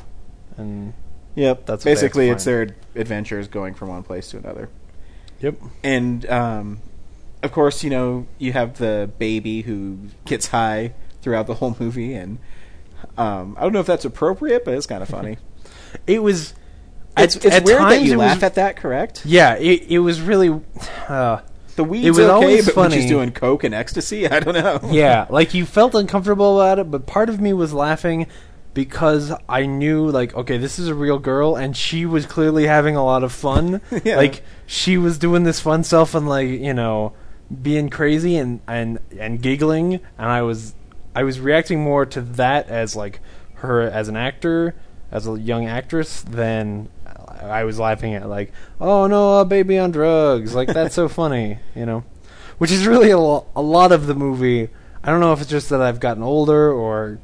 and
Yep.
That's what they have to
basically it's
find.
their adventures going from one place to another.
Yep.
And um, of course, you know, you have the baby who gets high throughout the whole movie, and um, I don't know if that's appropriate, but it's kind of funny.
it was.
it's
at-
it's
at
weird that
times
you
it
laugh
was-
at that, correct?
Yeah, it it was really. Uh,
The weed's
It was
okay,
always
but when
funny.
she's doing coke and ecstasy, I don't know.
yeah, like you felt uncomfortable about it, but part of me was laughing because I knew, like, okay, this is a real girl, and she was clearly having a lot of fun.
Yeah.
Like she was doing this fun stuff and like you know being crazy and and and giggling, and I was I was reacting more to that as like her as an actor, as a young actress, than I was laughing at like, oh no, a baby on drugs, like that's so funny, you know which is really a, lo- a lot of the movie. I don't know if it's just that I've gotten older or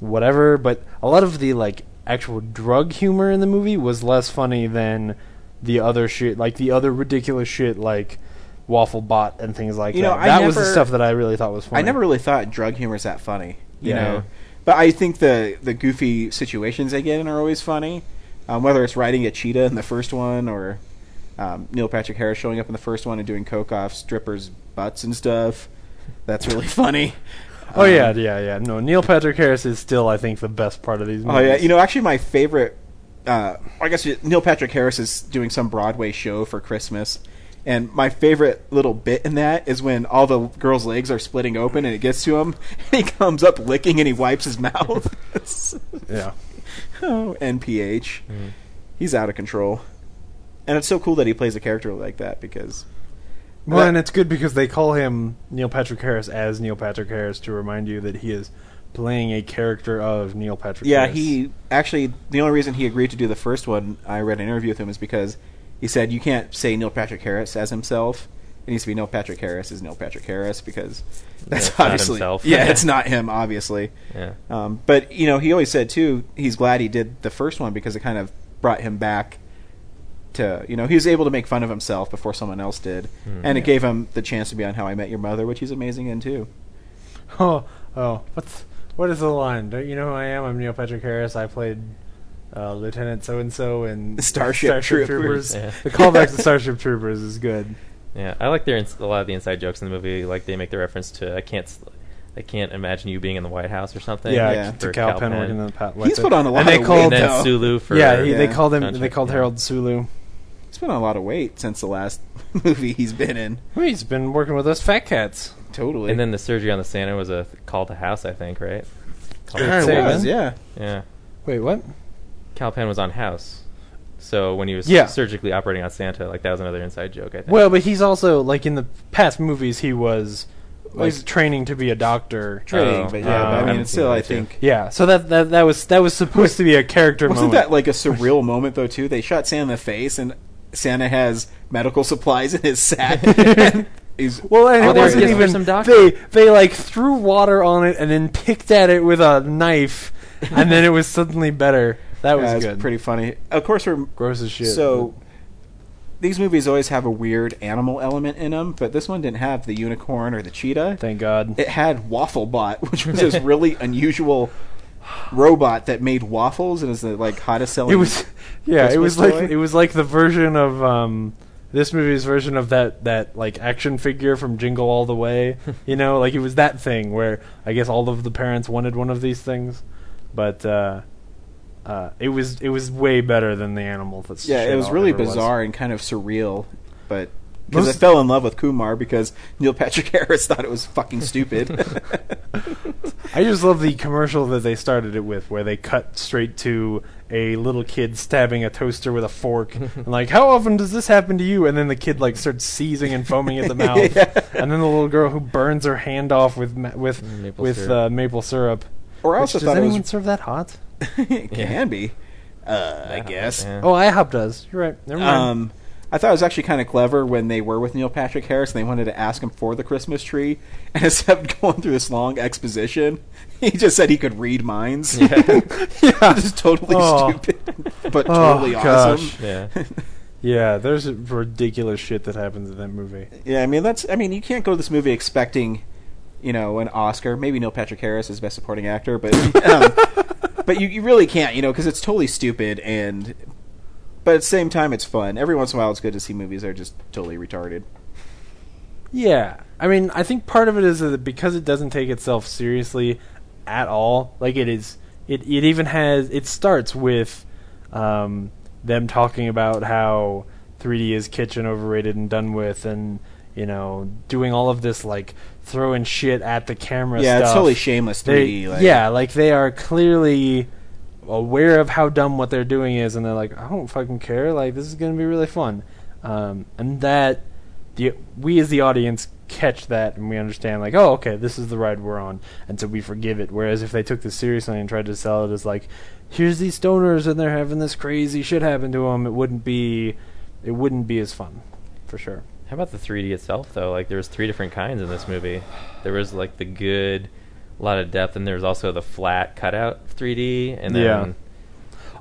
whatever, but a lot of the like actual drug humor in the movie was less funny than the other shit, like the other ridiculous shit, like Waffle Bot and things like
You
that.
know, I
that was the
never-
stuff that I really thought was funny.
I never really thought drug humor is that funny, you
Yeah.
know. But I think the the goofy situations they get in are always funny, um, whether it's riding a cheetah in the first one or Um, Neil Patrick Harris showing up in the first one and doing coke off strippers' butts and stuff. That's really funny.
Oh
Um,
yeah, yeah, yeah. No, Neil Patrick Harris is still, I think, the best part of these. movies.
Oh yeah, you know, actually, my favorite. Uh, I guess Neil Patrick Harris is doing some Broadway show for Christmas, and my favorite little bit in that is when all the girls' legs are splitting open, and it gets to him. And he comes up licking, and he wipes his mouth.
yeah.
Oh, NPH.
Mhm.
He's out of control, and it's so cool that he plays a character like that because.
Well, and it's good because they call him Neil Patrick Harris as Neil Patrick Harris to remind you that he is playing a character of Neil Patrick.
Yeah,
Harris.
he actually the only reason he agreed to do the first one I read an interview with him is because he said you can't say Neil Patrick Harris as himself. It needs to be Neil Patrick Harris is Neil Patrick Harris because that's
it's not
obviously
himself.
yeah, it's not him obviously.
Yeah.
Um, but you know, he always said too he's glad he did the first one because it kind of brought him back to you know he was able to make fun of himself before someone else did,
Hmm.
and it
Yeah.
gave him the chance to be on How I Met Your Mother, which he's amazing in too.
Oh, oh, what's what is the line? Don't you know who I am? I'm Neil Patrick Harris. I played uh, Lieutenant So and So in
Starship Troopers.
Troopers.
Yeah.
The callback to Starship Troopers is good.
Yeah, I like their ins- a lot of the inside jokes in the movie. Like they make the reference to I can't, s- I can't imagine you being in the White House or something.
Yeah,
like,
yeah. to
for
Cal
Cal
Penn
Penn.
working in the pat-
He's put on a lot
And they
of
called
weight,
And then
though.
Sulu for
yeah, he, they
Yeah.
called him. They
Contract,
called
yeah.
Harold Sulu.
He's been on a lot of weight since the last movie he's been in.
Well, he's been working with us fat cats.
Totally.
And then the surgery on the Santa was a th- call to house, I think, right? Call to-
Yeah, it
Say it
was,
again? yeah.
yeah.
Wait, what?
Cal Penn was on house, so when he was
Yeah.
surgically operating on Santa, like that was another inside joke. I think.
Well, but he's also like in the past movies he was
Well,
like
he's-
training to be a doctor.
Trading,
Oh,
but yeah, but
um,
I mean, it's still, I think.
Yeah, so that that, that was that was supposed to be a character
Wasn't
moment.
that like a surreal moment, though, too? They shot Santa in the face, and Santa has medical supplies in his sack. and he's,
well, and
Oh,
it
there
wasn't
it is.
even
Some
they
doctor.
they like threw water on it and then picked at it with a knife, and then it was suddenly better. That was
yeah, it's
good.
pretty funny. Of course, we're
gross as shit.
so. These movies always have a weird animal element in them, but this one didn't have the unicorn or the cheetah.
but thank God.
it had WaffleBot, which was this really unusual robot that made waffles and is the like hottest selling.
It was yeah, it
Christmas
was like
toy?
it was like the version of um this movie's version of that that like action figure from Jingle All the Way, you know, like it was that thing where I guess all of the parents wanted one of these things, but uh uh it was it was way better than the animal that's
yeah,
shit
it was
all
really
ever
bizarre and kind of surreal, but because I
Most-
fell in love with Kumar because Neil Patrick Harris thought it was fucking stupid.
I just love the commercial that they started it with, where they cut straight to a little kid stabbing a toaster with a fork, and like, how often does this happen to you? And then the kid like starts seizing and foaming at the mouth, and then the little girl who burns her hand off with ma- with
Maple
with
syrup.
Uh, maple syrup.
Or I
Which,
also
does
thought it was-
anyone serve that hot?
it can be, uh, I guess.
yeah.
Oh, IHOP does. You're right. Never mind.
Um, I thought it was actually kind of clever when they were with Neil Patrick Harris and they wanted to ask him for the Christmas tree, and instead of going through this long exposition, he just said he could read minds. Yeah, just totally
Oh.
stupid, but
Oh,
totally awesome.
gosh.
yeah.
yeah, there's ridiculous shit that happens in that movie.
Yeah, I mean that's. I mean you can't go to this movie expecting, you know, an Oscar. Maybe Neil Patrick Harris is best supporting actor, but um, but you, you really can't, you know, because it's totally stupid and. But at the same time, it's fun. Every once in a while, it's good to see movies that are just totally retarded.
Yeah, I mean, I think part of it is that because it doesn't take itself seriously at all. Like it is, it it even has it starts with um, them talking about how 3D is kitchen overrated and done with, and you know, doing all of this like throwing shit at the camera.
Yeah, it's
stuff.
totally shameless
They-
3D. like-
yeah, like they are clearly aware of how dumb what they're doing is, and they're like, I don't fucking care. Like this is gonna be really fun, um, and that the we as the audience catch that and we understand like, oh, okay, this is the ride we're on, and so we forgive it. Whereas if they took this seriously and tried to sell it as like, here's these stoners and they're having this crazy shit happen to them, it wouldn't be, it wouldn't be as fun, for sure.
How about the 3D itself though? Like there was three different kinds in this movie. There was like the good, a lot of depth, and there was also the flat cutout 3D, and then
Yeah.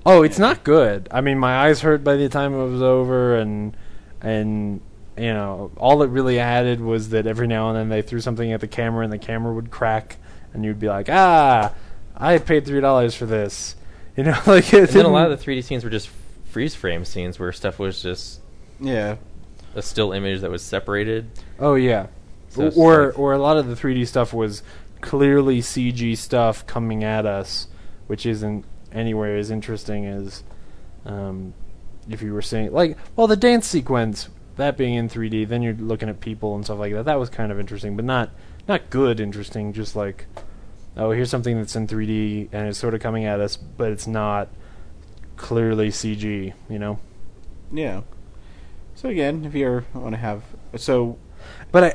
Oh, it's not good. I mean, my eyes hurt by the time it was over, and and you know, all it really added was that every now and then they threw something at the camera, and the camera would crack, and you'd be like, ah, I paid three dollars for this. You know, like it
and then a lot
didn't-
of the 3D scenes were just freeze frame scenes where stuff was just
Yeah.
A still image that was separated.
Oh yeah,
So it's
or or a lot of the 3D stuff was clearly CG stuff coming at us, which isn't anywhere as interesting as um, if you were seeing like well the dance sequence that being in 3D, then you're looking at people and stuff like that. That was kind of interesting, but not not good interesting. Just like oh here's something that's in 3D and it's sort of coming at us, but it's not clearly CG. You know.
Yeah. So again, if you ever want to have so,
but I.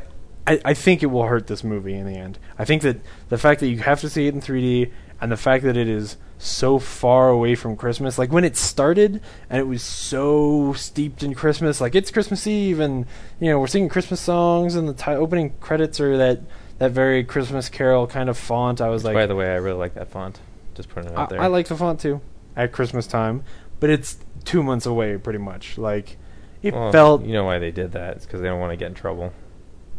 I, I think it will hurt this movie in the end. I think that the fact that you have to see it in 3D and the fact that it is so far away from Christmas, like when it started and it was so steeped in Christmas, like it's Christmas Eve and you know we're singing Christmas songs and the ti opening credits are that that very Christmas Carol kind of font. I was like,
By the way, I really like that font. Just putting it out there.
I, I like the font too at Christmas time, but it's two months away pretty much. Like it
Well,
felt
You know why they did that? It's because they don't want to get in trouble.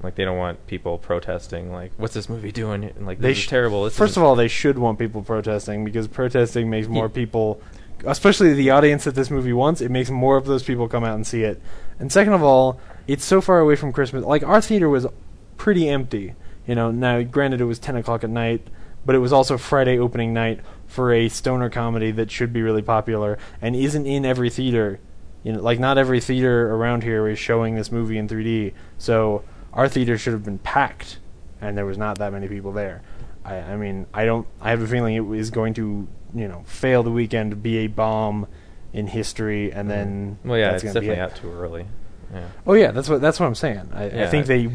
Like they don't want people protesting. Like, what's this movie doing? And like, this is
sh-
terrible. This
First
isn't-
of all, they should want people protesting because protesting makes more people, especially the audience that this movie wants, it makes more of those people come out and see it. And second of all, it's so far away from Christmas. Like our theater was pretty empty. You know, now granted it was ten o'clock at night, but it was also Friday opening night for a stoner comedy that should be really popular and isn't in every theater. You know, like not every theater around here is showing this movie in 3D. So our theater should have been packed, and there was not that many people there. I, I mean, I don't. I have a feeling it is going to, you know, fail the weekend, be a bomb in history, and then
Mm-hmm. well, yeah,
that's
it's
gonna be
definitely
it.
out too early. Yeah.
Oh yeah, that's what that's what I'm saying. I, I
Yeah.
think they,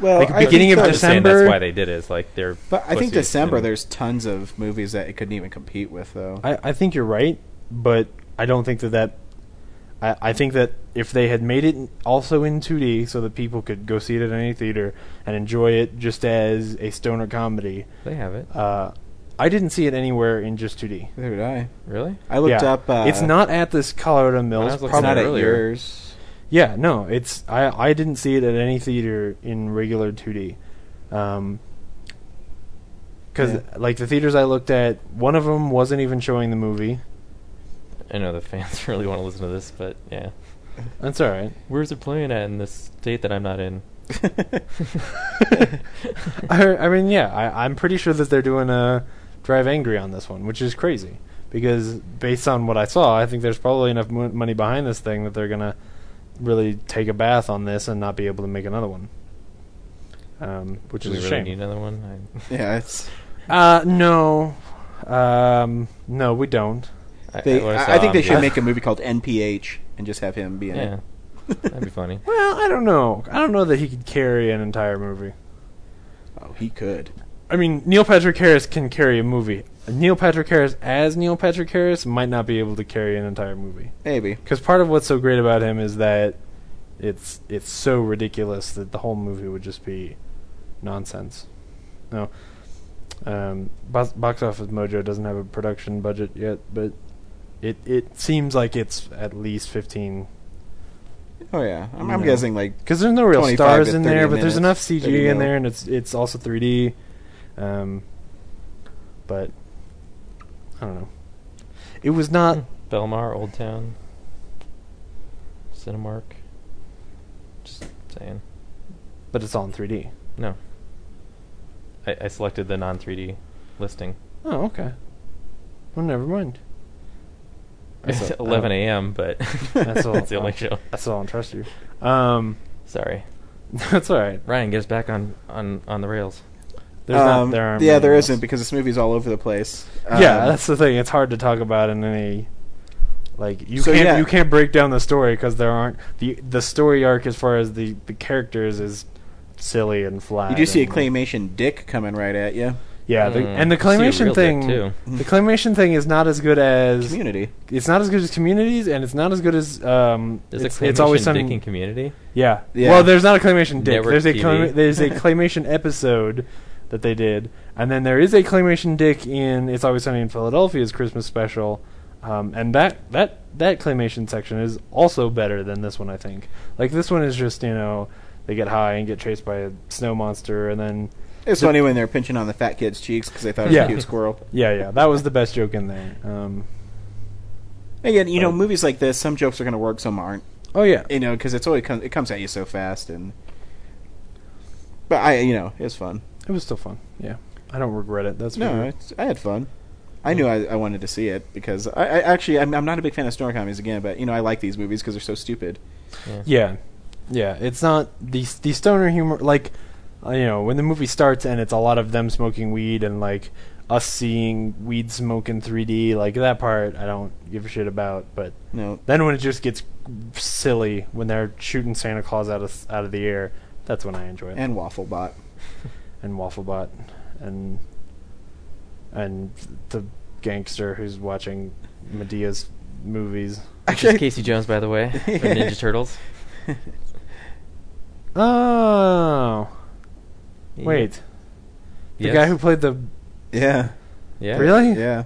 Well,
like
I
beginning
think
of
so.
I'm just saying
December.
That's why they did it. Is like they're.
but I think
pussies
December
and-
there's tons of movies that it couldn't even compete with though.
I, I think you're right, but I don't think that that. I, I think that if they had made it also in 2D so that people could go see it at any theater and enjoy it just as a stoner comedy.
They have it.
Uh, I didn't see it anywhere in just 2D.
Neither did I.
Really?
I looked
Yeah.
up. Uh,
it's not at this Colorado
When
Mills.
I was looking
probably-
at
not
it
at
earlier.
yours.
Yeah, no, it's I I didn't see it at any theater in regular 2D. Um 'cause
Yeah.
because like the theaters I looked at, one of them wasn't even showing the movie.
I know the fans really want to listen to this, but yeah.
That's all right.
Where's it playing at in this state that I'm not in?
I, I mean, yeah, I, I'm pretty sure that they're doing a Drive Angry on this one, which is crazy because based on what I saw, I think there's probably enough mo- money behind this thing that they're gonna really take a bath on this and not be able to make another one. Um, which
Do
is
we
a
really
shame.
need another one?
Yeah, it's.
Uh, no, um, no, we don't.
I,
They,
when
I,
saw
I think
it,
they
I'm
should
like,
make a movie called NPH and just have him be in
Yeah,
it.
that'd be funny.
Well, I don't know. I don't know that he could carry an entire movie.
Oh, he could.
I mean, Neil Patrick Harris can carry a movie. Neil Patrick Harris as Neil Patrick Harris might not be able to carry an entire movie.
Maybe.
Because part of what's so great about him is that it's it's so ridiculous that the whole movie would just be nonsense. No, um, Bo- Box Office Mojo doesn't have a production budget yet, but it it seems like it's at least fifteen.
Oh yeah, I'm, I'm
No.
guessing like
Because there's no real
25
stars
to
in there,
30
but there's enough
minutes,
CG
30
in
mil.
there, and it's it's also 3D. Um, but I don't know. It was
Hmm.
not
Belmar, Old Town, Cinemark. Just saying.
but it's all in 3D.
No. I, I selected the non 3D listing.
Oh, okay. Well, never mind.
It's
all-
11 a.m., but
That's all.
it's the only show.
That's all. I trust you. Um,
Sorry.
that's all right.
Ryan gets back on, on, on the rails.
There's
um,
not. There aren't.
yeah,
many
there
else.
not because this movie's all over the place.
yeah,
Um,
that's the thing. It's hard to talk about in any. Like you
So,
can't
yeah.
you can't break down the story because there aren't the the story arc as far as the the characters is silly and flat.
you do see a
and-
claymation dick coming right at you.
Yeah, the,
Mm,
and the
I see a real
claymation
dick,
thing.
too.
The claymation thing is not as good as
Community.
it's not as good as communities, and it's not as good as um.
There's
it's,
a
it's always
claymation
some
dicking community.
Yeah.
Yeah.
Well, there's not a claymation dick.
Network
there's a
TV.
clama- there's a claymation episode that they did, and then there is a claymation dick in It's Always Sunny in Philadelphia's Christmas special, um, and that that that claymation section is also better than this one. I think. Like this one is just you know they get high and get chased by a snow monster, and then
It's funny when they're pinching on the fat kid's cheeks because they thought it was
Yeah.
a cute squirrel.
yeah yeah that was the best joke in there. Um,
Again, you know, movies like this, some jokes are going to work, some aren't.
Oh yeah,
you know, because it's always comes it comes at you so fast, and but I, you know, it was fun.
It was still fun. Yeah, I don't regret it. That's
no,
weird.
it's, I had fun. I knew I, I wanted to see it because I, I actually I'm, I'm not a big fan of stoner comedies again, but you know I like these movies because they're so stupid.
Yeah, yeah. It's not the the stoner humor. Like, uh, you know, when the movie starts and it's a lot of them smoking weed and like us seeing weed smoke in 3D. Like that part, I don't give a shit about. But
No.
then when it just gets silly when they're shooting Santa Claus out of s- out of the air, that's when I enjoy it.
And Wafflebot.
and Wafflebot, and and the gangster who's watching Medea's movies.
Actually, Casey Jones, by the way, from Ninja Turtles.
Oh. Wait. The
Yes.
guy who played the
Yeah.
Yeah.
Really?
Yeah.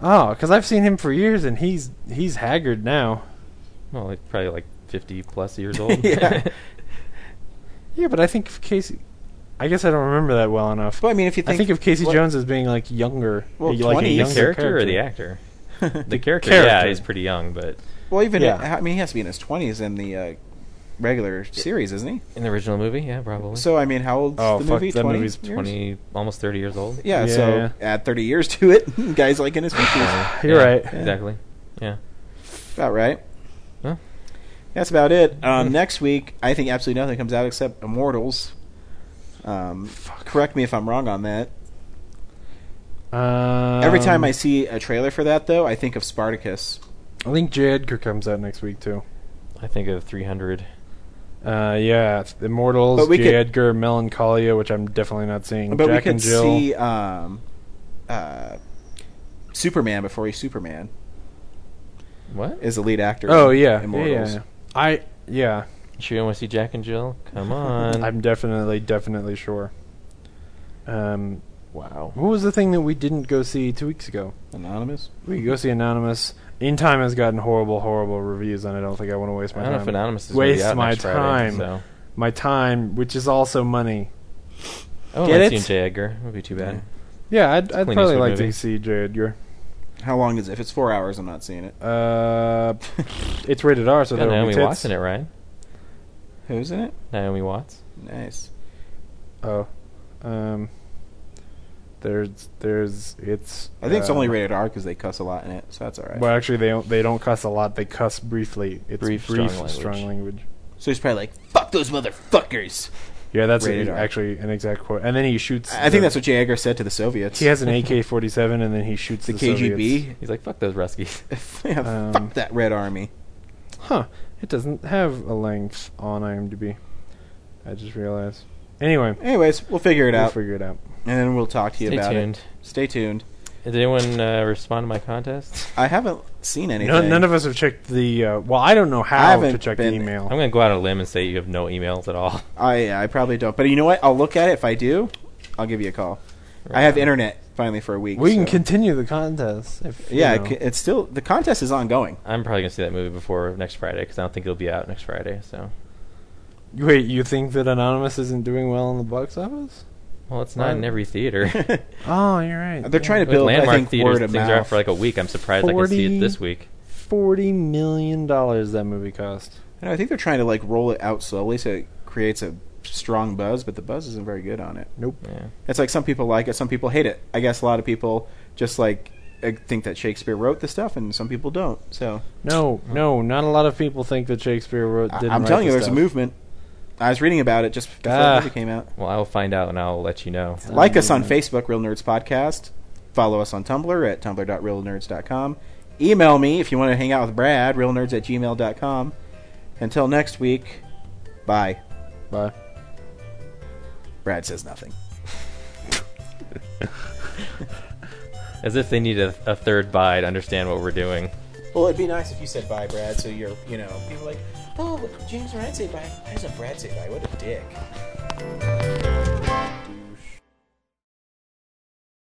Oh, because I've seen him for years, and he's he's haggard now.
Well, like, probably like 50 plus years old.
Yeah.
Yeah, but I think of Casey. I guess I don't remember that well enough.
But I mean, if you
I
think
think of Casey
what-
Jones as being like younger,
Well,
like a
20
the
younger
Younger
character, or the actor? The character, yeah,
character.
he's pretty young, but
Well, even
Yeah.
I mean, he has to be in his twenties in the uh, regular series, isn't he?
in the original movie, yeah, probably.
So I mean, how old's
Oh,
the
fuck,
movie?
that
20
movie's
years?
20, almost 30 years old.
Yeah,
Yeah,
So
yeah.
add thirty years to it, guys like in his fifties.
You're
Yeah,
right.
Exactly. Yeah.
about right.
Huh?
That's about it.
Hmm.
Um, next week, I think absolutely nothing comes out except Immortals. Um, correct me if I'm wrong on that.
Um,
Every time I see a trailer for that, though, I think of Spartacus.
I think J. Edgar comes out next week too.
I think of 300.
Uh, yeah, it's Immortals,
But we
J.
could-
Edgar, Melancholia, which I'm definitely not seeing.
But
Jack
we
and
could
Jill.
see um, uh, Superman before he's Superman
What?
is the lead actor.
oh
in
yeah, yeah, yeah,
Immortals.
yeah. I yeah,
Sure, you want to see Jack and Jill? Come on.
I'm definitely definitely sure. Um,
wow.
What was the thing that we didn't go see two weeks ago?
Anonymous.
We could go see Anonymous. In Time has gotten horrible, horrible reviews, and I don't think I want to waste
I
my
don't know
time.
if Anonymous is gonna be
waste
out
my
next Friday,
time,
so.
my time, which is also money.
I wouldn't
Get
mind
it?
seeing J. Edgar. It would be too bad.
Yeah, I'd, I'd
Clint
probably
Eastwood
like
movie.
to see J. Edgar.
How long is it? If it's four hours, I'm not seeing it.
Uh, it's rated R, so
Got
there will be
Naomi
tits.
Watts in it, right?
Who's in it?
Naomi Watts.
Nice.
Oh, um, there's there's it's.
I think it's
uh,
only rated R because they cuss a lot in it, so that's all right.
Well, actually, they don't, they don't cuss a lot. They cuss briefly. It's
Brief,
brief,
strong language.
strong language.
so he's probably like, "Fuck those motherfuckers."
Yeah, that's
Rated R.
actually an exact quote. And then he shoots.
I think
the-
that's what J. Edgar said to the Soviets.
He has an AK-47, and then he shoots
the
the, Soviets.
KGB.
He's like, fuck those Ruskies.
Yeah,
Um,
fuck that Red Army.
Huh? It doesn't have a length on IMDb. I just realized. Anyway,
Anyways, we'll figure it
we'll
out,
figure it out.
and then we'll talk to you
Stay
about
tuned.
it. Stay tuned.
Did anyone uh, respond to my contest?
I haven't seen anything.
None, none of us have checked the. Uh, well, I don't know
I
how
haven't
to check
been-
the email.
I'm going to go out on a limb and say you have no emails at all.
I I probably don't. But you know what? I'll look at it. If I do, I'll give you a call. I have internet finally for a week.
we can
so-
continue the contest. If, you
Yeah, it
know.
c- it's still the contest is ongoing.
I'm probably going to see that movie before next Friday because I don't think it'll be out next Friday. So,
Wait, you think that Anonymous isn't doing well in the box office?
well, it's not in
Right.
every theater.
Oh, you're right.
They're trying to
With
build. I
landmark
think
theaters,
word of
things are out
mouth.
for like a week. I'm surprised I can see
40.
it this week.
Forty million dollars that movie cost.
I know, I think they're trying to like roll it out slowly so it creates a strong buzz, but the buzz isn't very good on it.
Nope.
Yeah.
It's like some people like it, some people hate it. I guess a lot of people just like uh, think that Shakespeare wrote the stuff, and some people don't. So
No, no, not a lot of people think that Shakespeare wrote.
I-
Didn't
I'm
write
telling
the
you, there's
stuff.
a movement. I was reading about it just before
Ah.
the movie came out.
Well, I will find out and I'll let you know.
Like us on Facebook, Real Nerds Podcast. Follow us on Tumblr at tumblr.realnerds.com. Email me if you want to hang out with Brad, realnerds at gmail.com. Until next week, bye.
Bye.
Brad says nothing.
As if they need a, a third buy to understand what we're doing.
Well, it'd be nice if you said bye, Brad, so you're, you know, people are like, oh, James Moran say bye. Why doesn't Brad say bye? What a dick.